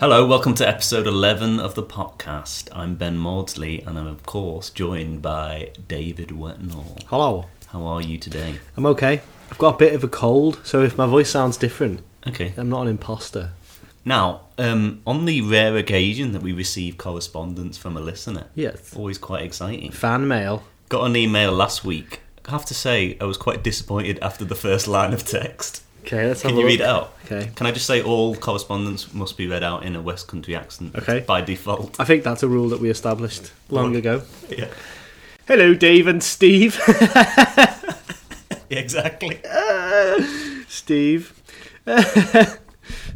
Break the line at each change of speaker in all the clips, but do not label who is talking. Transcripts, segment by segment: Hello, welcome to episode 11 of the podcast. I'm Ben Maudsley, and I'm, of course, joined by David Wetnall.
Hello.
How are you today?
I'm okay. I've got a bit of a cold, so if my voice sounds different,
Okay.
I'm not an imposter.
Now, um, on the rare occasion that we receive correspondence from a listener,
Yes.
always quite exciting.
Fan mail.
Got an email last week. I have to say, I was quite disappointed after the first line of text.
Okay, let's have
Can
a
you
look.
read it out?
Okay.
Can I just say all correspondence must be read out in a West Country accent
Okay.
by default?
I think that's a rule that we established long
Well-
ago.
yeah.
Hello, Dave and Steve.
yeah, exactly.
Steve.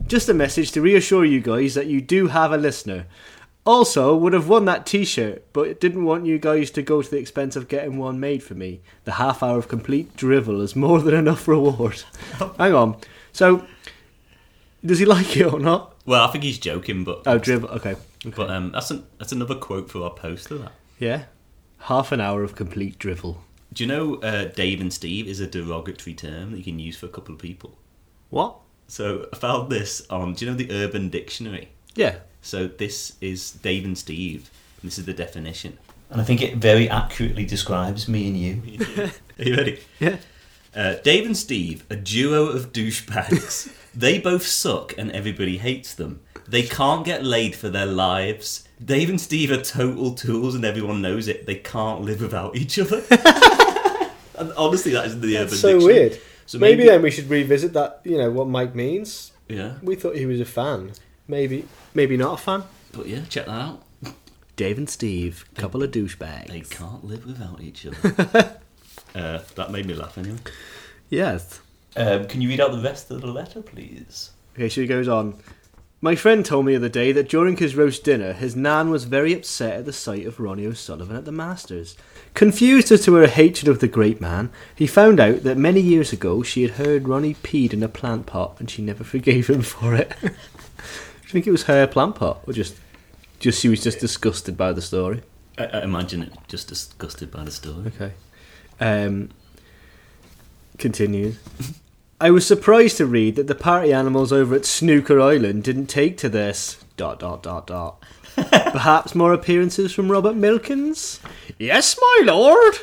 Just a message to reassure you guys that you do have a listener. Also, would have won that t shirt, but didn't want you guys to go to the expense of getting one made for me. The half hour of complete drivel is more than enough reward. Hang on. So, does he like it or not?
Well, I think he's joking, but
Oh, drivel. Okay.
But um, that's an, that's another quote for our poster. That
Yeah. Half an hour of complete drivel.
do you know? Uh, Dave and Steve is a derogatory term that you can use for a couple of people.
What?
So I found this on. Do you know the Urban Dictionary?
Yeah.
So this is Dave and Steve. And this is the definition, and I think it very accurately describes me and you. Are you ready?
Yeah.
Uh, Dave and Steve, a duo of douchebags. they both suck and everybody hates them. They can't get laid for their lives. Dave and Steve are total tools and everyone knows it. They can't live without each other. and honestly, that is the urban
so
Dictionary.
weird.
So
maybe then we should revisit that, you know, what Mike means.
Yeah,
We thought he was a fan. Maybe, maybe not a fan.
but yeah, check that out.
Dave and Steve, couple of
They
douchebags.
can't live without each other. uh, that made me laugh anyway.
Yes.
Um, can you read out the rest of the letter, please?
Okay, so he goes on. My friend told me the other day that during his roast dinner, his nan was very upset at the sight of Ronnie O'Sullivan at the Masters. Confused as to her hatred of the great man, he found out that many years ago she had heard Ronnie peed in a plant pot and she never forgave him for it. Do you think it was her plant pot, or just, just she was just disgusted by the story?
I, I imagine it just disgusted by the story.
Okay. Um, continues. I was surprised to read that the party animals over at Snooker Island didn't take to this. Dot dot dot dot. Perhaps more appearances from Robert Milkins? Yes, my lord.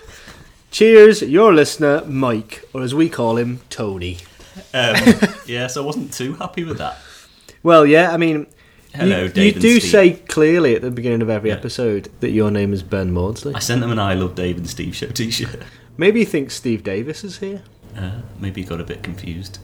Cheers, your listener, Mike, or as we call him, Tony.
Um, yeah, so I wasn't too happy with that.
Well, yeah, I mean,
Hello,
you,
Dave
you
and
do
Steve.
say clearly at the beginning of every
Yeah.
episode that your name is Ben Maudsley.
I sent them an I Love Dave and Steve show t shirt.
Maybe you think Steve Davis is here.
Uh, maybe got a bit confused.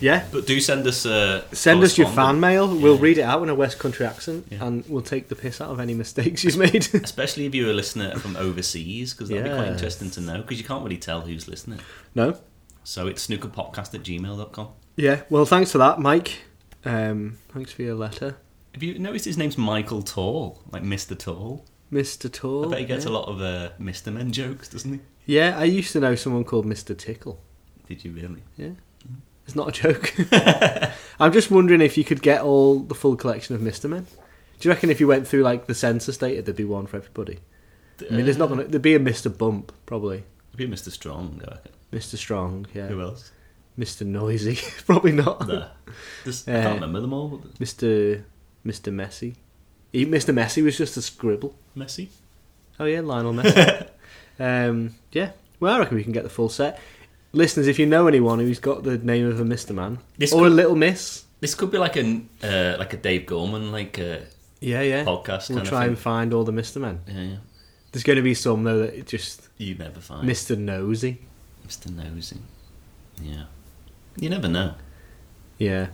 Yeah,
But do send us uh,
Send us your fan
correspondence,
mail. We'll
Yeah.
read it out in a West Country accent,
Yeah.
and we'll take the piss out of any mistakes you've made.
Especially if you're a listener from overseas, because that'd be quite
Yes.
interesting to know, because you can't really tell who's listening.
no.
So it's snookerpodcast at gmail.com.
Yeah. Well, thanks for that, Mike. Um, thanks for your letter,
Have you noticed his name's Michael Tall? Like Mr. Tall?
Mister Tall.
I bet he gets
Oh, yeah.
a lot of uh, Mr. Men jokes, doesn't he?
Yeah, I used to know someone called Mister Tickle.
Did you really?
Yeah.
Mm-hmm.
It's not a joke. I'm just wondering if you could get all the full collection of Mister Men. Do you reckon if you went through like the census data, there'd be one for everybody? I mean, there's not gonna there'd be a Mister Bump probably,
Maybe Mr. Strong, I reckon.
Mister Strong, yeah,
Who else?
Mister Noisy, probably not.
There. There's- I
Uh,
can't remember them all. but-
Mr. Mr. Messi. He, Mr. Messi was just a scribble.
Messi?
Oh yeah, Lionel Messi. um, yeah. Well, I reckon we can get the full set. Listeners, if you know anyone who's got the name of a Mr. Man
This
or a
could-
Little Miss,
This could be like a uh, like a Dave Gorman like uh,
yeah, yeah,
podcast.
we'll
kind
try
of
and
thing.
find all the Mr. Men.
Yeah, yeah.
There's going to be some though that it just
You never find
Mr. Nosy.
Mr. Nosy. Yeah, you never know.
Yeah.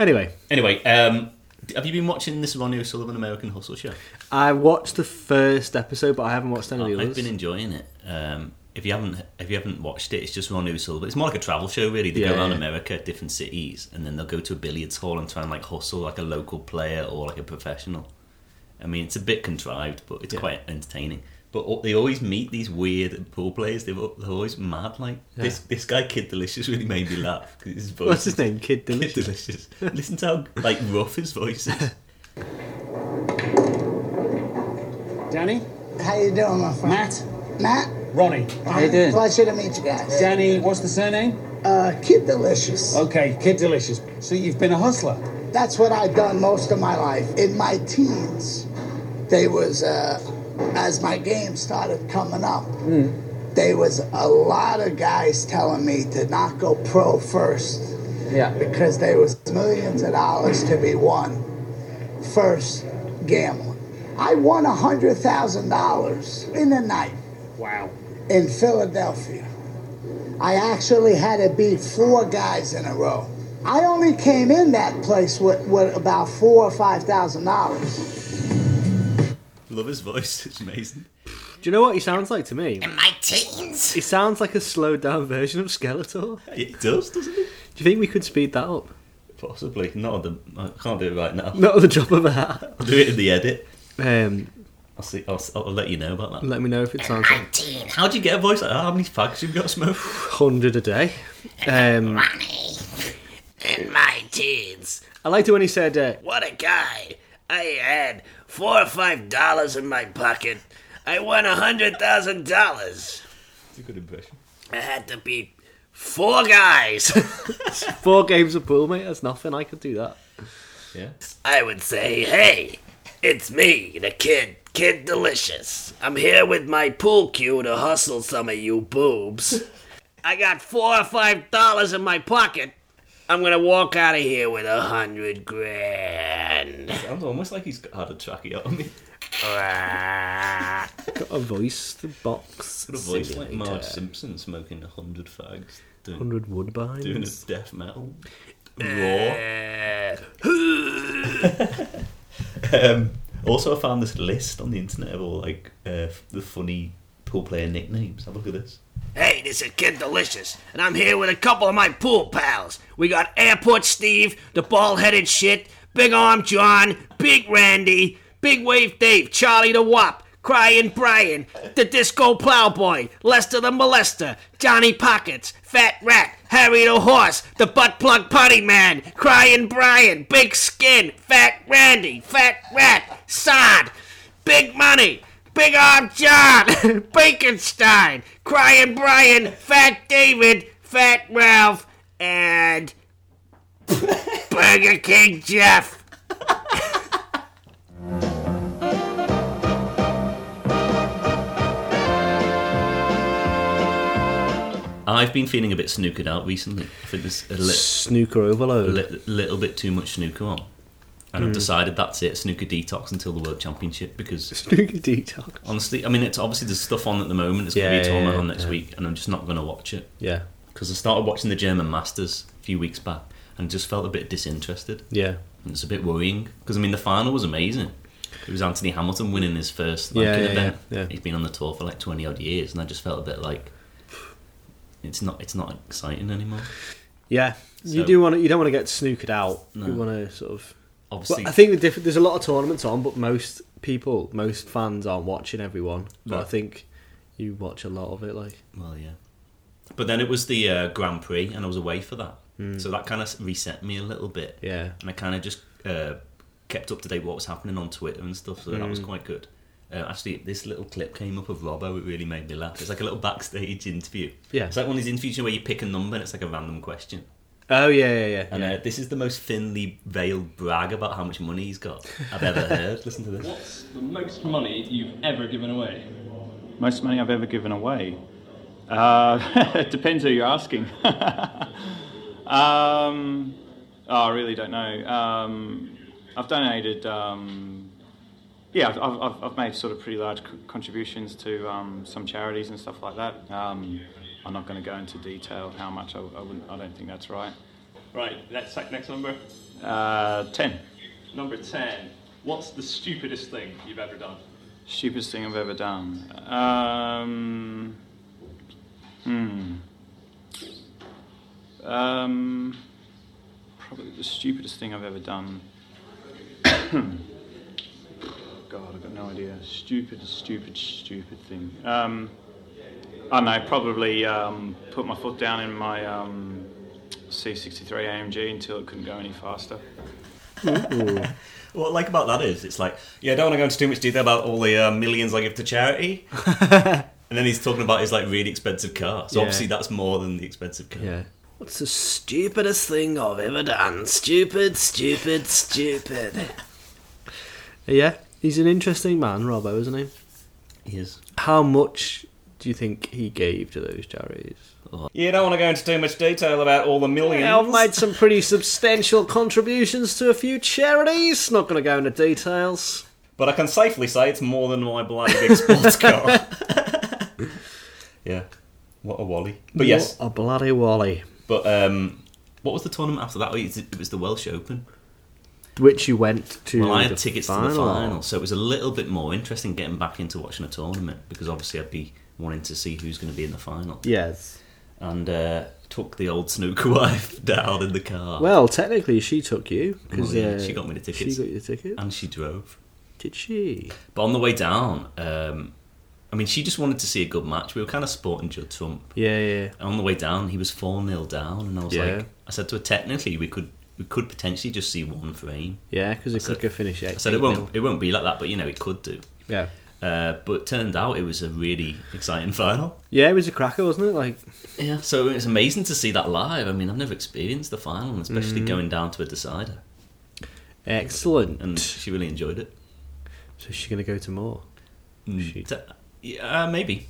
Anyway,
Anyway, um, have you been watching this Ronnie O'Sullivan American Hustle show?
I watched the first episode, but I haven't watched any of the
I've
others.
been enjoying it. Um, if you haven't, if you haven't watched it, it's just Ronnie O'Sullivan. It's more like a travel show, really. They
Yeah,
go around
yeah.
America, different cities, and then they'll go to a billiards hall and try and like hustle like a local player or like a professional. I mean, it's a bit contrived, but it's
Yeah.
quite entertaining. But al- they always meet these weird pool players. They're, al- they're always mad. Like
Yeah.
this, this guy Kid Delicious really made me laugh. 'cause his voice
What's
is-
his name? Kid Delicious.
Kid Delicious. Listen to how like rough his voice is.
Danny?
How you doing, my friend?
Matt?
Matt?
Ronnie? How you doing?
Pleasure to meet you guys.
Danny, what's the surname?
Uh, Kid Delicious.
Oh. Okay, Kid Delicious. So you've been a hustler?
That's what I've done most of my life. In my teens, they was uh, as my game started coming up.
Hmm.
There was a lot of guys telling me to not go pro first
Yeah.
because there was millions of dollars to be won first gambling. I won a hundred thousand dollars in the night.
Wow.
in Philadelphia. I actually had to beat four guys in a row. I only came in that place with, with about four or five thousand dollars.
Love his voice. It's amazing.
Do you know what he sounds like to me?
My teens.
He sounds like a slowed down version of Skeletor. Do
It does, doesn't it?
you think we could speed that up?
Possibly. Not at the. I can't do it right now.
Not at the drop of a hat.
I'll do it in the edit.
Um,
I'll see. I'll, I'll let you know about that.
let me know if it sounds like
My teens.
How do you get a voice like that? How many fags you've got to smoke?
100 a day. Um,
Money. In my teens.
I liked it when he said, uh,
What a guy. I had four or five dollars in my pocket. I won a hundred thousand dollars.
It's a good impression.
I had to beat four guys.
four games of pool, mate, that's nothing. I could do that.
Yeah.
I would say, hey, it's me, the kid, Kid Delicious. I'm here with my pool cue to hustle some of you boobs. I got four or five dollars in my pocket. I'm gonna walk out of here with a hundred grand.
Sounds almost like he's got- had a tracheotomy.
Got a voice to box.
Got a voice like Marge Simpson smoking a hundred fags, doing,
100 woodbines.
doing a death metal
Eh.
raw.
Uh,
Um, also, I found this list on the internet of all like uh, f- the funny pool player nicknames. Have a look at this.
Hey, this is Kid Delicious, and I'm here with a couple of my pool pals. We got Airport Steve, the bald headed shit, Big Arm John, Big Randy, Big Wave Dave, Charlie the Wop, Crying Brian, the Disco Plowboy, Lester the Molester, Johnny Pockets, Fat Rat, Harry the Horse, the Butt Plug Putty Man, Crying Brian, Big Skin, Fat Randy, Fat Rat, Sod, Big Money, Big Arm John, Baconstein, Crying Brian, Fat David, Fat Ralph, and Burger King Jeff.
I've been feeling a bit snookered out recently. I think there's a li-
Snooker overload.
li- little bit too much snooker on. And I've decided that's it, snooker detox until the World Championship because
Snooker detox.
Honestly, I mean, it's obviously there's stuff on at the moment. It's going
Yeah,
to be a tournament
yeah,
on next
yeah.
week, and I'm just not going to watch it
Yeah.
because I started watching the German Masters a few weeks back and just felt a bit disinterested.
Yeah.
And it's a bit worrying because I mean, the final was amazing. It was Anthony Hamilton winning his first like,
Yeah,
an
yeah,
event.
yeah, yeah.
He's been on the tour for like twenty odd years, and I just felt a bit like it's not it's not exciting anymore.
Yeah. you
So-
do want to, you don't want to get snookered out.
No.
You want to sort of.
Obviously,
Well, I think the diff- there's a lot of tournaments on, but most people, most fans aren't watching everyone. But
No.
I think you watch a lot of it. Like,
Well, yeah. But then it was the uh, Grand Prix, and I was away for that, so that kind of reset me a little bit.
Hmm. yeah,
and I kind of just uh, kept up to date what was happening on Twitter and stuff. So
Hmm.
that was quite good. Uh, actually, this little clip came up of Robbo. It really made me laugh. It's like a little backstage interview.
Yeah.
it's like one of these interviews where you pick a number and it's like a random question.
oh yeah, yeah, yeah.
And uh, this is the most thinly veiled brag about how much money he's got I've ever heard. Listen to this.
What's the most money you've ever given away?
Most money I've ever given away. Uh, it depends who you're asking. um, oh, I really don't know. Um, I've donated. Um, yeah, I've, I've- I've, I've made sort of pretty large co- contributions to um, some charities and stuff like that. Um, I'm not going to go into detail how much. I, I wouldn't. I don't think that's right.
Right, let's take next number.
Uh, Ten.
Number 10. What's the stupidest thing you've ever done?
Stupidest thing I've ever done. Um, hmm. Um, probably the stupidest thing I've ever done. God, I've got no idea. Stupid, stupid, stupid thing. Um, I don't know, probably um, put my foot down in my um, C63 AMG until it couldn't go any faster.
What I like about that is it's like, yeah, I don't want to go into too much detail about all the uh, millions I give to charity. and then he's talking about his like really expensive car. So
Yeah.
obviously that's more than the expensive car.
Yeah.
What's the stupidest thing I've ever done? Stupid, stupid, stupid.
Yeah, he's an interesting man, Robbo, isn't he?
He is.
How much do you think he gave to those charities?
You don't want to go into too much detail about all the millions.
Yeah, I've made some pretty substantial contributions to a few charities. Not going to go into details.
But I can safely say it's more than my bloody big sports car. yeah. What a wally. But yes,
What a bloody wally.
but um, what was the tournament after that? It was- it was the Welsh Open.
Which you went to.
Well, I had
the
tickets
final.
to the final, so it was a little bit more interesting getting back into watching a tournament because obviously I'd be wanting to see who's going to be in the final.
Yes.
And uh, took the old snooker wife down in the car.
Well, technically, she took you.
Well,
because
Oh, yeah, she got me the tickets. Um,
She got you the ticket.
and she drove.
Did she?
But on the way down, um, I mean, she just wanted to see a good match. We were kind of sporting Judd Trump.
Yeah, yeah.
And on the way down, he was 4 0 down, and I was
Yeah.
like, I said to her, technically, we could. We could potentially just see one frame.
Yeah, because it could
said-
go finish eight.
I said it won't. It won't be like that, but you know it could do.
Yeah.
Uh, but it turned out it was a really exciting final.
Yeah, it was a cracker, wasn't it? Like,
Yeah, so it's amazing to see that live. I mean, I've never experienced the final, and especially
Mm.
going down to a decider.
excellent.
And she really enjoyed it.
So she's going to go to more. She-
D- yeah, uh, maybe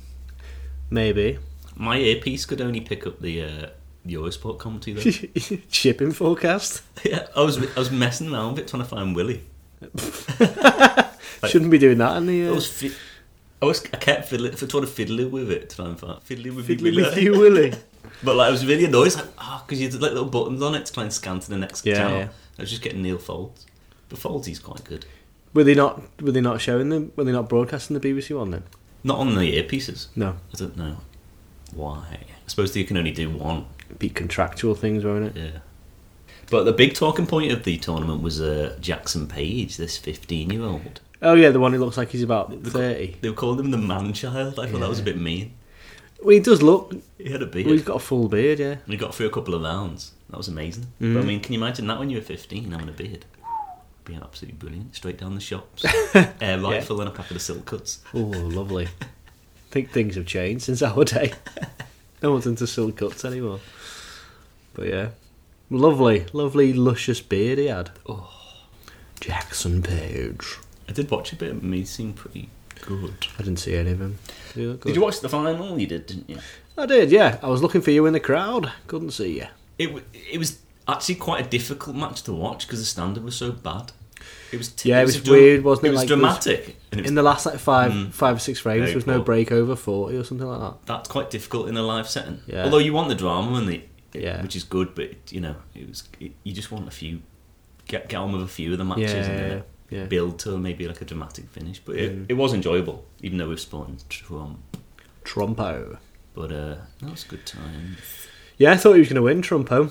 Maybe.
my earpiece could only pick up the uh, Eurosport commentary. Though.
Shipping forecast.
yeah, I was I was messing around with it trying to find Willie.
Shouldn't be doing that in the.
I
Uh,
was fi- I was I kept fiddling, trying to fiddle with it, trying to find fiddling with
fiddly
you,
with you, Willie.
But like, I was really annoyed. It's Like, ah, because you had like little buttons on it to try and scan to the next
Yeah,
channel.
yeah.
I was just getting Neil Folds, but Folds he's quite good.
Were they not? Were they not showing them? Were they not broadcasting the BBC one then?
Not on the earpieces.
No,
I don't know why. I suppose you can only do one.
be contractual things, won't it?
Yeah. But the big talking point of the tournament was uh, Jackson Page, this 15 year old.
Oh yeah, the one who looks like he's about thirty.
They were calling him the man child. I thought that was a bit mean.
Well, he does look.
He had a
Well, he's
beard.
got a full beard, yeah.
We got through a couple of rounds. That was amazing. But I mean, can you imagine that when you were 15 having a beard? Be absolutely brilliant. Straight down the shops, air rifle, and a packet of silk cuts.
Oh, lovely. I think things have changed since our day. No one's into silk cuts anymore. But yeah, lovely, lovely, luscious beard he had. Oh, Jackson Page.
I did watch a bit of him. He seemed pretty good.
I didn't see any of him. Did he look
Did
good?
you watch the final? You did, didn't you?
I did, yeah. I was looking for you in the crowd. Couldn't see you.
it w- it was actually quite a difficult match to watch because the standard was so bad. It was t-
Yeah, it was
a dra-
weird, wasn't it?
It was
Like, there was-
dramatic, and it was,
In the last like five, five or six frames,
Very
there was no
cool.
break over forty or something like that.
that's quite difficult in a live setting.
Yeah.
Although you want the drama and the it-
Yeah.
which is good, but it, you know, it was it, you just want a few get get on with a few of the matches
Yeah,
and then
yeah,
it
yeah. Mm.
build to maybe like a dramatic finish. But it, it was enjoyable, even though we've spawned Trump.
Trumpo.
But uh, that was a good time.
Yeah, I thought he was going to win Trumpo.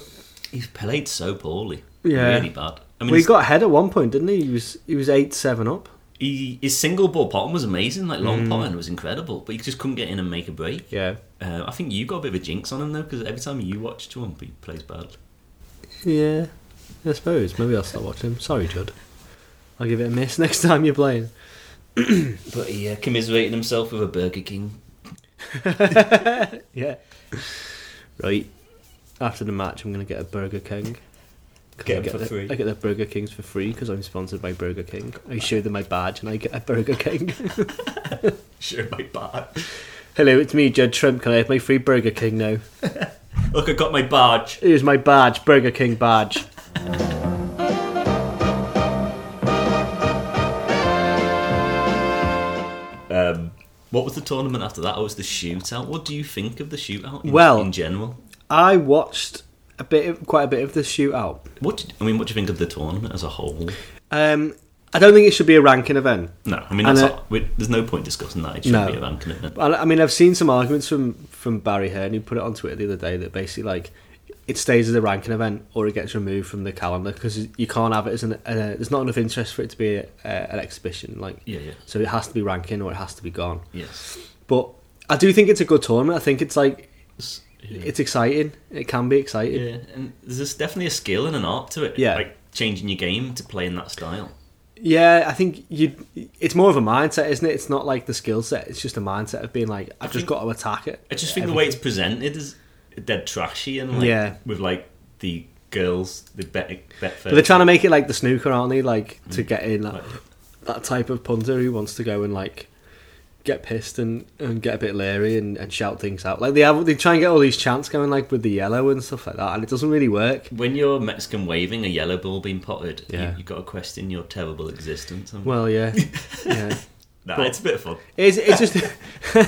He's played so poorly,
Yeah.
really bad. I mean,
Well, he
he's-
got ahead at one point, didn't he? He was he was eight seven up.
he, his single ball potting was amazing, like long potting was incredible, but he just couldn't get in and make a break.
Yeah.
Uh, I think you got a bit of a jinx on him though, because every time you watch Trump, he plays bad.
Yeah, I suppose. Maybe I'll start watching him. Sorry, Judd. I'll give it a miss next time you're playing.
But he uh, commiserated himself with a Burger King.
Yeah. Right. After the match, I'm going to get a Burger King. 'Cause
Get 'em
I
for
the-
free.
I get the Burger Kings for free because I'm sponsored by Burger King. I show them my badge and I get a Burger King.
Sure, my badge.
Hello, it's me, Judd Trump. Can I have my free Burger King now?
Look, I got my badge.
Here's my badge, Burger King badge.
What was the tournament after that? Oh, it was the shootout. What do you think of the shootout in,
Well-
in general?
I watched a bit, of, quite a bit of the shootout.
What do you- I mean, what do you think of the tournament as a whole?
Um, I don't think it should be a ranking event.
No, I mean,
And,
that's
uh,
not, we, there's no point discussing that. It should
No.
be a ranking event.
I, I mean, I've seen some arguments from from Barry Hearn who put it on Twitter the other day that basically like it stays as a ranking event or it gets removed from the calendar because you can't have it as an uh, there's not enough interest for it to be a, a, an exhibition. Like
Yeah, yeah.
So it has to be ranking or it has to be gone.
Yes.
But I do think it's a good tournament. I think it's like
Yeah.
it's exciting. It can be exciting.
Yeah, and there's definitely a skill and an art to it.
Yeah.
like changing your game to play in that style.
Yeah, I think you. It's more of a mindset, isn't it? It's not like the skill set. It's just a mindset of being like, I've just
think-
got to attack it.
I just think the way it's presented is dead trashy and like
Yeah.
with like the girls, the bet Betfair.
But they're trying to make it like the snooker, aren't they? Like to get in that, that type of punter who wants to go and like get pissed and, and get a bit leery and, and shout things out. Like they have, they try and get all these chants going, like with the yellow and stuff like that, and it doesn't really work.
when you're Mexican waving a yellow ball being potted,
Yeah.
you, you've got to question your terrible existence. and-
Well, yeah, yeah.
nah, it's a bit of fun.
It's, it's just,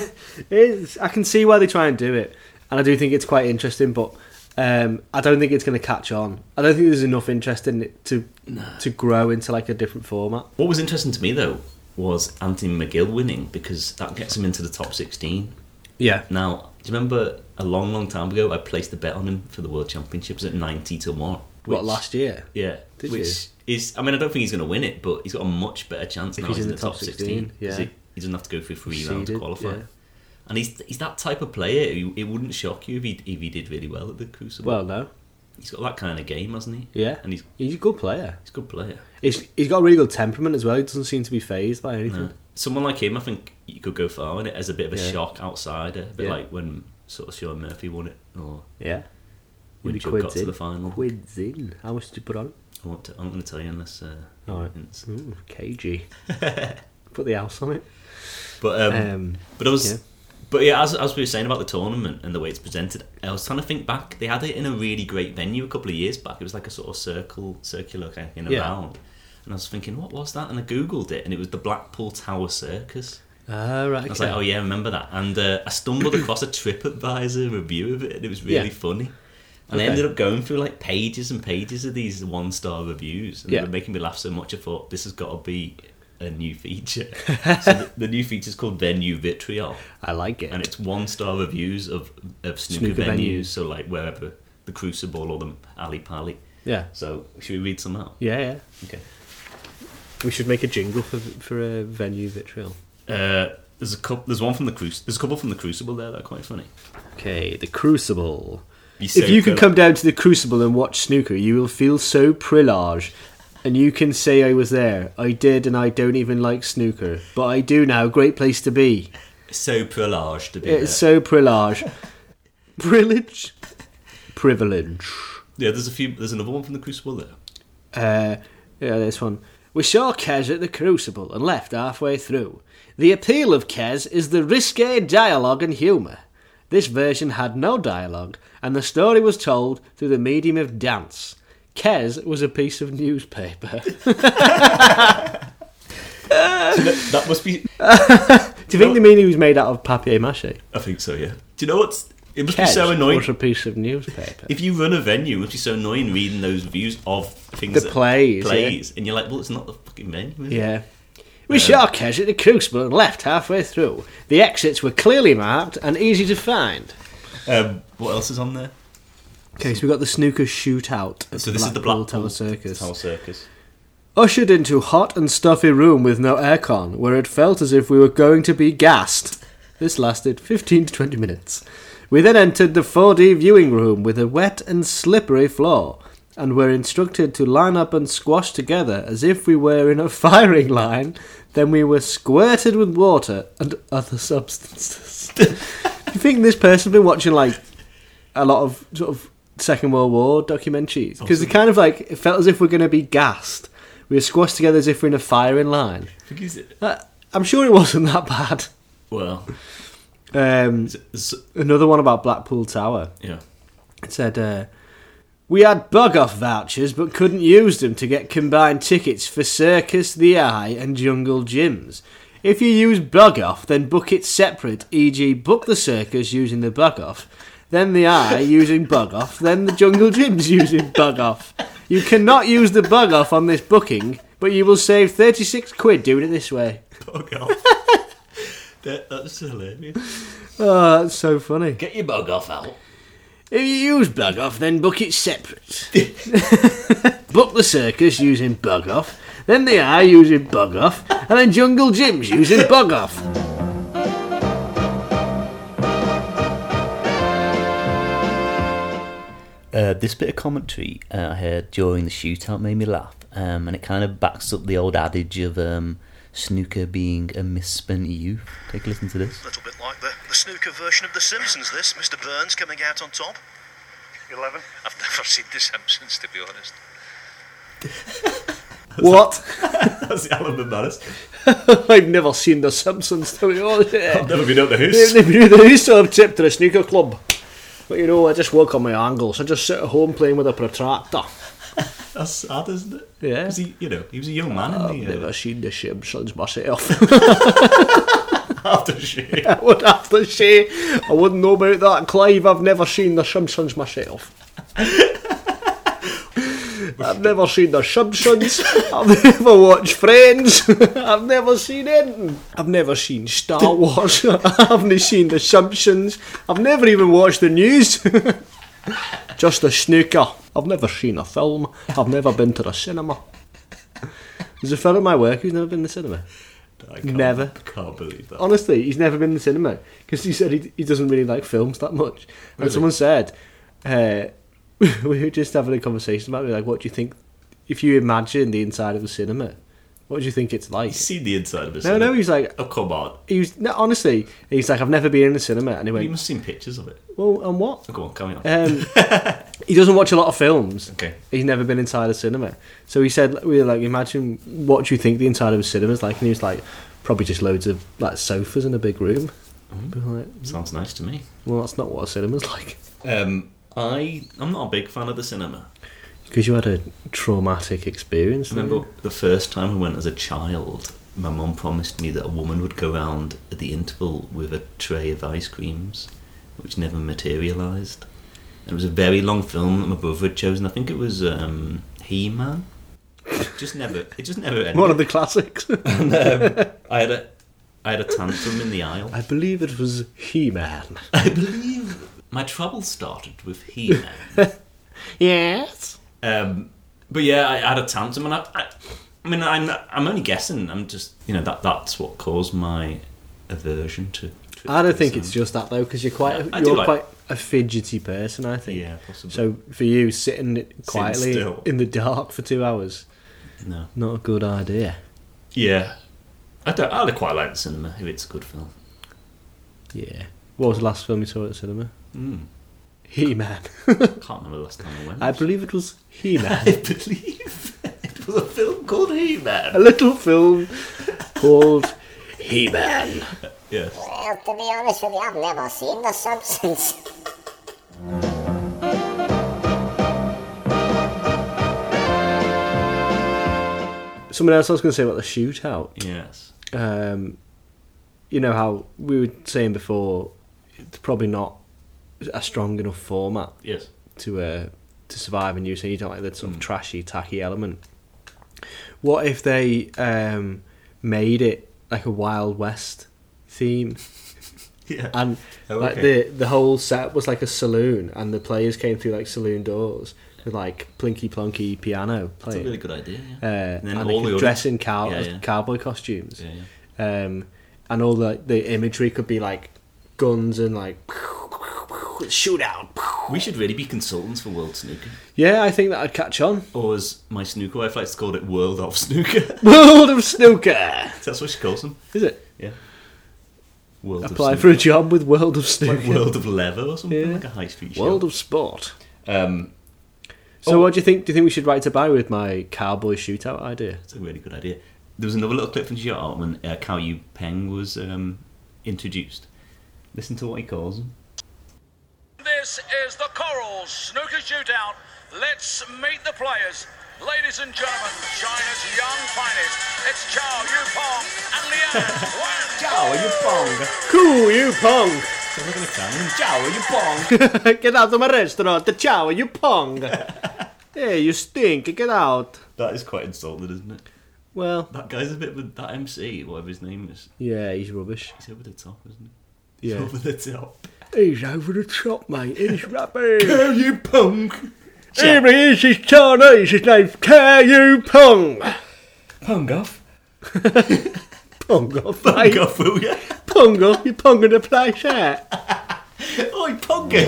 it's, I can see why they try and do it, and I do think it's quite interesting, but um, I don't think it's going to catch on. I don't think there's enough interest in it to to grow into like a different format.
What was interesting to me though was Anthony McGill winning because that gets him into the top 16.
Yeah,
Now, do you remember a long, long time ago I placed a bet on him for the World Championships at 90 to 1?
what last year?
Yeah.
Did
which is, I mean, I don't think he's going to win it, but he's got a much better chance now
he's
in the, top 16.
16, yeah.
'cause He, he doesn't have to go through three rounds to
Seeded,
qualify.
yeah.
And he's, he's that type of player. who- It wouldn't shock you if he, if he did really well at the Crucible.
Well, no.
he's got that kind of game, hasn't he?
Yeah,
And he's,
he's a good player.
he's a good player.
He's, he's got a really good temperament as well. He doesn't seem to be phased by anything.
Someone like him, I think you could go far in it as a bit of a
Yeah.
shock outsider. A bit
Yeah.
like when sort of Sean Murphy won it or
Yeah.
when
Really
Chubb got
quids
to
in.
the final.
Quids in. How much did you put on?
I won't t- I'm going to tell you unless. Uh,
All right.
hints.
Ooh, kg. put the house on it.
But um,
Um,
But I was,
Yeah.
but yeah, as, as we were saying about the tournament and the way it's presented, I was trying to think back. They had it in a really great venue a couple of years back. It was like a sort of circle, circular kind of thing
Yeah.
around. And I was thinking, what was that? And I googled it, and it was the Blackpool Tower Circus.
Ah, right.
I was
okay.
like, oh yeah, I remember that. And uh, I stumbled across a TripAdvisor review of it, and it was really
Yeah.
funny. And I
Okay.
ended up going through like pages and pages of these one star reviews, and
Yeah.
they were making me laugh so much. I thought this has got to be a new feature. so the, the new feature is called Venue Vitriol,
I like it.
and it's one star reviews of of snooker,
Snooker
venues,
venues.
So like wherever the Crucible or the Ali Pali.
yeah.
So should we read some out?
Yeah, yeah.
Okay.
We should make a jingle for for a venue vitriol.
Uh, there's a couple. There's one from the Crucible. There's a couple from the Crucible there that are quite funny.
Okay, the Crucible.
Be
if you could
sober.
come down to the Crucible and watch snooker, you will feel so prillage, and you can say I was there. I did, and I don't even like snooker, but I do now. Great place to be.
So prolage to be. there.
It's so prillage. Privilege? Privilege.
Yeah, there's a few. There's another one from the Crucible there.
Uh, yeah, this one. We saw Kes at the Crucible and left halfway through. The appeal of Kes is the risque dialogue and humour. This version had no dialogue, and the story was told through the medium of dance. Kes was a piece of newspaper.
That must be.
Do you think they mean he was made out of papier mâché?
I think so. Yeah. Do you know what's? It must be
Kes
so annoying.
was a piece of newspaper.
If you run a venue, it must be so annoying reading those reviews of things.
The
that-
plays, yeah.
Plays, and you're like, well, it's not the fucking venue. Is It?
Yeah. We saw Kes at the Crucible and left halfway through. The exits were clearly marked and easy to find.
Um, what else is on there?
Okay, so we've got the snooker shootout. at
So this is the Blackpool
Blackpool Tower Circus.
Tower Circus.
Ushered into hot and stuffy room with no aircon, where it felt as if we were going to be gassed. This lasted 15 to 20 minutes. We then entered the 4D viewing room with a wet and slippery floor, and were instructed to line up and squash together as if we were in a firing line. Then we were squirted with water and other substances. Do you think this person's been watching like a lot of sort of Second World War documentaries because they kind of like it felt as if we're going to be gassed. We were squashed together as if we're in a firing line.
I think is it.
Uh, I'm sure it wasn't that bad.
Well,
Um,
is it- is-
another one about Blackpool Tower.
yeah.
It said, uh, "We had bug off vouchers, but couldn't use them to get combined tickets for Circus, the Eye, and Jungle Gyms. If you use bug off, then book it separate. E.g., book the Circus using the bug off, then the Eye using bug off, then the Jungle Gyms using bug off. You cannot use the bug off on this booking, but you will save thirty six quid doing it this way."
Bug off. that, that's hilarious.
Oh, that's so funny.
Get your bug off out.
If you use bug off, then book it separate. book the circus using bug off, then the eye using bug off, and then jungle gyms using bug off.
Uh, this bit of commentary uh, I heard during the shootout made me laugh, um, and it kind of backs up the old adage of um, snooker being a misspent youth. Take a listen to this.
A little bit like the, the snooker version of The Simpsons, this. Mr. Burns coming out on top.
11. I've never seen The Simpsons, to be honest.
What?
That's the Alan McManus.
I've never seen The Simpsons, to be honest.
I've never been up the
Even
hoose.
if you do some tip to the snooker club. But you know, I just work on my angles. I just sit at home playing with a protractor.
That's sad, isn't it?
Yeah.
'Cause he, you know, he was a young man,
I've
and he?
never
uh,
seen the Simpsons myself.
After shit.
I would have to say, I wouldn't know about that, Clive. I've never seen the Simpsons myself. I've never seen the Simpsons. I've never watched Friends. I've never seen anything. I've never seen Star Wars. I haven't seen the Simpsons. I've never even watched the news. Just a snooker. I've never seen a film. I've never been to the cinema. There's a fellow at my work who's never been to the cinema.
I can't,
Never.
Can't believe that.
Honestly, he's never been in the cinema because he said he, he doesn't really like films that much. And someone said, uh, we were just having a conversation about it, like, what do you think if you imagine the inside of a cinema? What do you think it's like?
He's seen the inside of a
No,
cinema.
no, he's like,
Oh, come on.
he was no, honestly, he's like, I've never been in a cinema, and he
You
went,
must have seen pictures of it.
well, and what?
Oh, go on, carry on.
Um, he doesn't watch a lot of films.
Okay.
He's never been inside a cinema. So he said, we were like, imagine what do you think the inside of a cinema is like? And he was like, probably just loads of like sofas in a big room.
Mm-hmm.
We were like,
Sounds nice to me.
well, that's not what a cinema's like.
Um, I, I'm not a big fan of the cinema.
Because you had a traumatic experience.
I remember the first time I went as a child, my mum promised me that a woman would go round at the interval with a tray of ice creams, which never materialised. It was a very long film that my brother had chosen. I think it was um, He Man. Just never, it just never ended.
One of the classics.
I had a, I had a tantrum in the aisle.
I believe it was He-Man.
I believe my trouble started with He Man.
Yes.
Um, but yeah, I had a tantrum, and I, I, I mean, I'm I'm only guessing. I'm just you know that that's what caused my aversion to. to
I
to
don't
the
think
sound.
it's just that though, because you're quite
Yeah, I do
you're
like-
quite a fidgety person. I think.
Yeah, possibly.
So for you, sitting quietly
still.
in the dark for two hours,
no.
not a good idea.
Yeah, I don't. I quite like the cinema if it's a good film.
Yeah. What was the last film you saw at the cinema?
Hmm.
He-Man.
I can't remember the last time I went.
I believe it was He-Man.
I believe it was a film called He
a
Man.
little film called He-Man.
Yeah.
Well, Eh, to be honest with you, I've never seen The Simpsons.
Someone else I was going to say about the shootout.
Yes.
um, you know how we were saying before, it's probably not a strong enough format
Yes.
to uh, to survive, and you say you don't like the
Hmm.
sort of trashy, tacky element. What if they um, made it like a Wild West theme?
Yeah.
and
Oh,
like
okay.
the the whole set was like a saloon, and the players came through like saloon doors with like plinky plonky piano
That's a
playing,
really good idea. Yeah.
uh,
And then
and
all
they
the
could dress in cow-
Yeah, yeah.
cowboy costumes
yeah, yeah.
um, and all the the imagery could be like guns and like shootout.
We should really be consultants for World Snooker,
Yeah, I think that'd catch on.
or as my snooker wife likes to call it, World of Snooker.
World of Snooker,
That's what she calls them.
is it?
Yeah. World
Apply
of
for a
snooker.
job with World of
like
Snooker,
World of Leather or something
Yeah.
like a high street show.
World of Sport.
um,
So,
Oh.
what do you think? Do you think we should write to buy with my cowboy shootout idea?
it's a really good idea. There was another little clip from G Art when uh, Cao Yu Peng was um, introduced. Listen to what he calls him.
This is the Coral Snooker Shootout. Let's meet the players. Ladies and gentlemen, China's young finest. It's Chow Yupong and Lian Wan.
Ciao, are you bong?
Cool, you pong.
So we're gonna Italian. Ciao, are you bong?
Get out of my restaurant. The chow, you pong. hey, you stink. Get out.
that is quite insulting, isn't it?
Well,
That guy's a bit with that MC, whatever his name is.
yeah, he's rubbish.
He's over the top, isn't he? He's
Yeah,
over the top.
he's over the top, mate. He's rubbish.
Are you punk?
Here he is, he's Chinese, his name's Cao Yu Pong.
Punk off.
Pong off,
Punk
mate.
off, will ya?
Pong off, you're ponging the place out.
Oi, punky!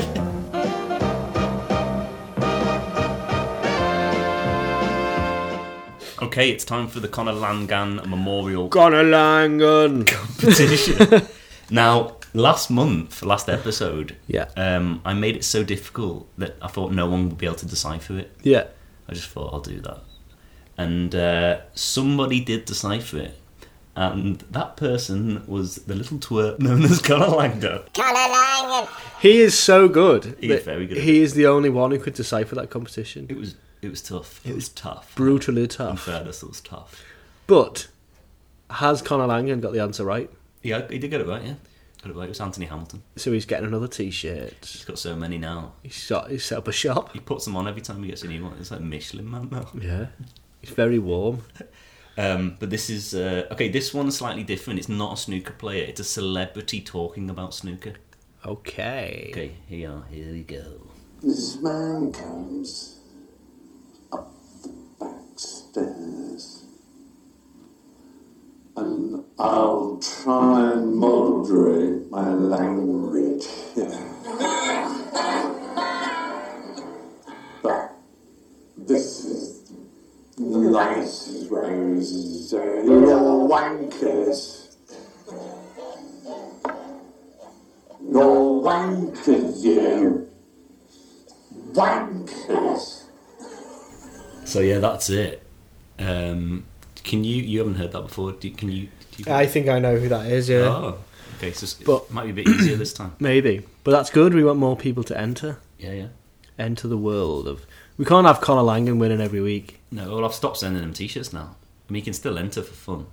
okay, it's time for the Conor Langan Memorial
Conor Langan
competition. now, last month, last episode,
Yeah.
um, I made it so difficult that I thought no one would be able to decipher it.
Yeah.
I just thought I'll do that, and uh, somebody did decipher it, and that person was the little twerp known as Conor Langan.
He is so good.
He is
that
very good at
He is the only one who could decipher that competition.
It was it was tough. It was tough.
brutally
In
tough.
fairness, it was tough.
But has Conor Langan got the answer right?
Yeah, he did get it right. Yeah, got it right. It was Anthony Hamilton.
So he's getting another T-shirt.
He's got so many now.
He's, got, he's set up a shop.
He puts them on every time he gets a new one. It's like Michelin man now.
Yeah, he's very warm.
Um, but this is uh, okay. This one's slightly different. It's not a snooker player. It's a celebrity talking about snooker.
Okay.
Okay, here you are. Here we go.
This man comes up the back stairs, and I'll try and moderate my language here. but this is the nicest roses, you're wankers. You're wankers, you wankers.
So yeah, that's it. Um, can you? You haven't heard that before. Do, can you? Do you
I think I know who that is. Ah, Yeah,
Oh, okay. So it's- it might be a bit easier this time.
maybe. But that's good. We want more people to enter,
Yeah, yeah.
enter the world of. We can't have Conor Langan winning every week.
No, well, I've stopped sending them t-shirts now. I mean, you can still enter for fun.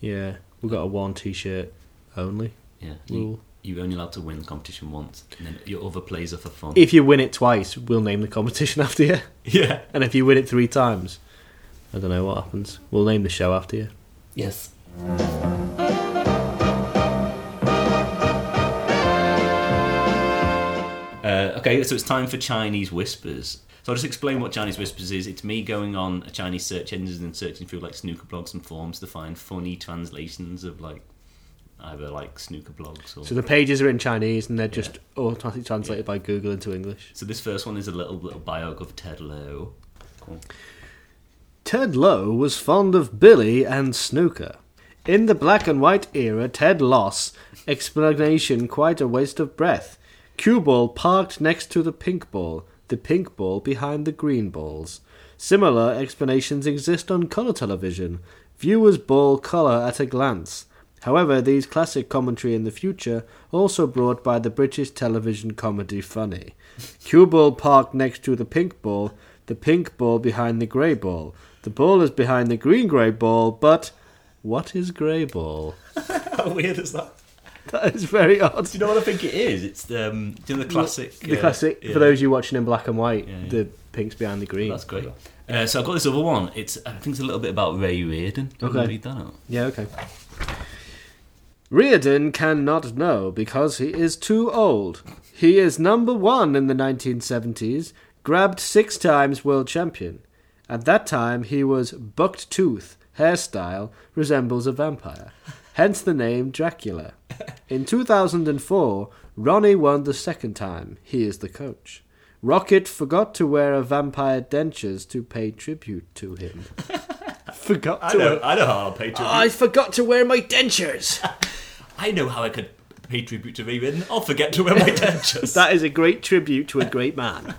Yeah, we've got a one T-shirt only.
Yeah,
Rule.
you, you're only allowed to win the competition once, and then your other plays are for fun.
If you win it twice, we'll name the competition after you.
yeah.
And if you win it three times, I don't know what happens. We'll name the show after you.
Yes. Uh, okay, so it's time for Chinese whispers. So I'll just explain what Chinese whispers is. It's me going on a Chinese search engines and searching through like snooker blogs and forums to find funny translations of like either like snooker blogs or.
So the pages are in Chinese and they're just automatically translated by Google into English.
So this first one is a little little biog of Ted Lowe. Cool.
Ted Lowe was fond of Billy and snooker. In the black and white era, Ted lost. Explanation quite a waste of breath. Cue ball parked next to the pink ball, the pink ball behind the green balls. Similar explanations exist on colour television. Viewers ball colour at a glance. However, these classic commentary in the future also brought by the British television comedy Funny. Cue ball parked next to the pink ball, the pink ball behind the grey ball. The ball is behind the green grey ball, but what is grey ball?
How weird is that?
That is very odd.
Do you know what I think it is? It's the, um, do you know the classic.
The
uh,
classic,
yeah.
for those of you watching in black and white,
yeah.
the pink's behind the green.
That's great. Uh, so I've got this other one. It's I think it's a little bit about Ray Reardon. Do you wanna
Okay.
Read that out.
Yeah, okay. Reardon cannot know because he is too old. He is number one in the 1970s, grabbed six times world champion. At that time, he was bucked tooth, hairstyle, resembles a vampire. Hence the name Dracula. In 2004, Ronnie won the second time. He is the coach. Rocket forgot to wear a vampire dentures to pay tribute to him. forgot to wear-
I know how I'll pay tribute.
Uh,
I forgot to wear my dentures.
I know how I could pay tribute to Ray Reardon. I'll forget to wear my dentures.
That is a great tribute to a great man.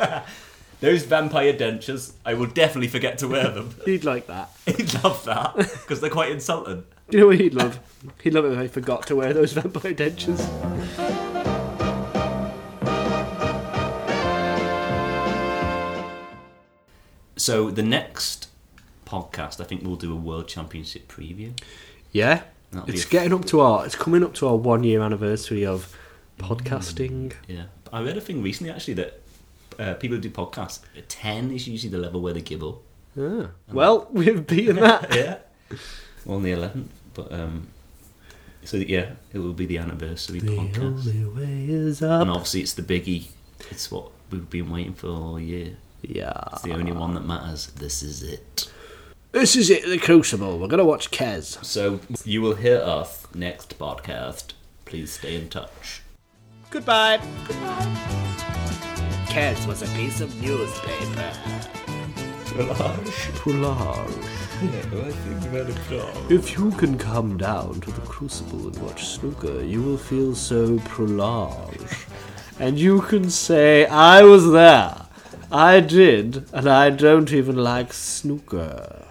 Those vampire dentures, I will definitely forget to wear them.
He'd like that.
He'd love that because they're quite insulting.
You know what he'd love? He'd love it if I forgot to wear those vampire dentures.
So the next podcast, I think we'll do a World Championship preview.
Yeah.
That'll be
it's
a-
getting up to our it's coming up to our one year anniversary of podcasting.
Yeah, I read a thing recently actually that uh, people who do podcasts, ten is usually the level where they give up.
Ah. Well, we've beaten that.
yeah. On the eleventh, but um, so yeah, it will be the anniversary
the
podcast,
only way is
and
up.
obviously it's the biggie. It's what we've been waiting for all year.
Yeah.
It's the only one that matters. This is it.
This is it, the crucible. We're gonna watch Kez.
So you will hear us next podcast. Please stay in touch.
Goodbye.
Kez was a piece of newspaper.
Poulage. If you can come down to the crucible and watch snooker, you will feel so prolage. And you can say, I was there. I did, and I don't even like snooker.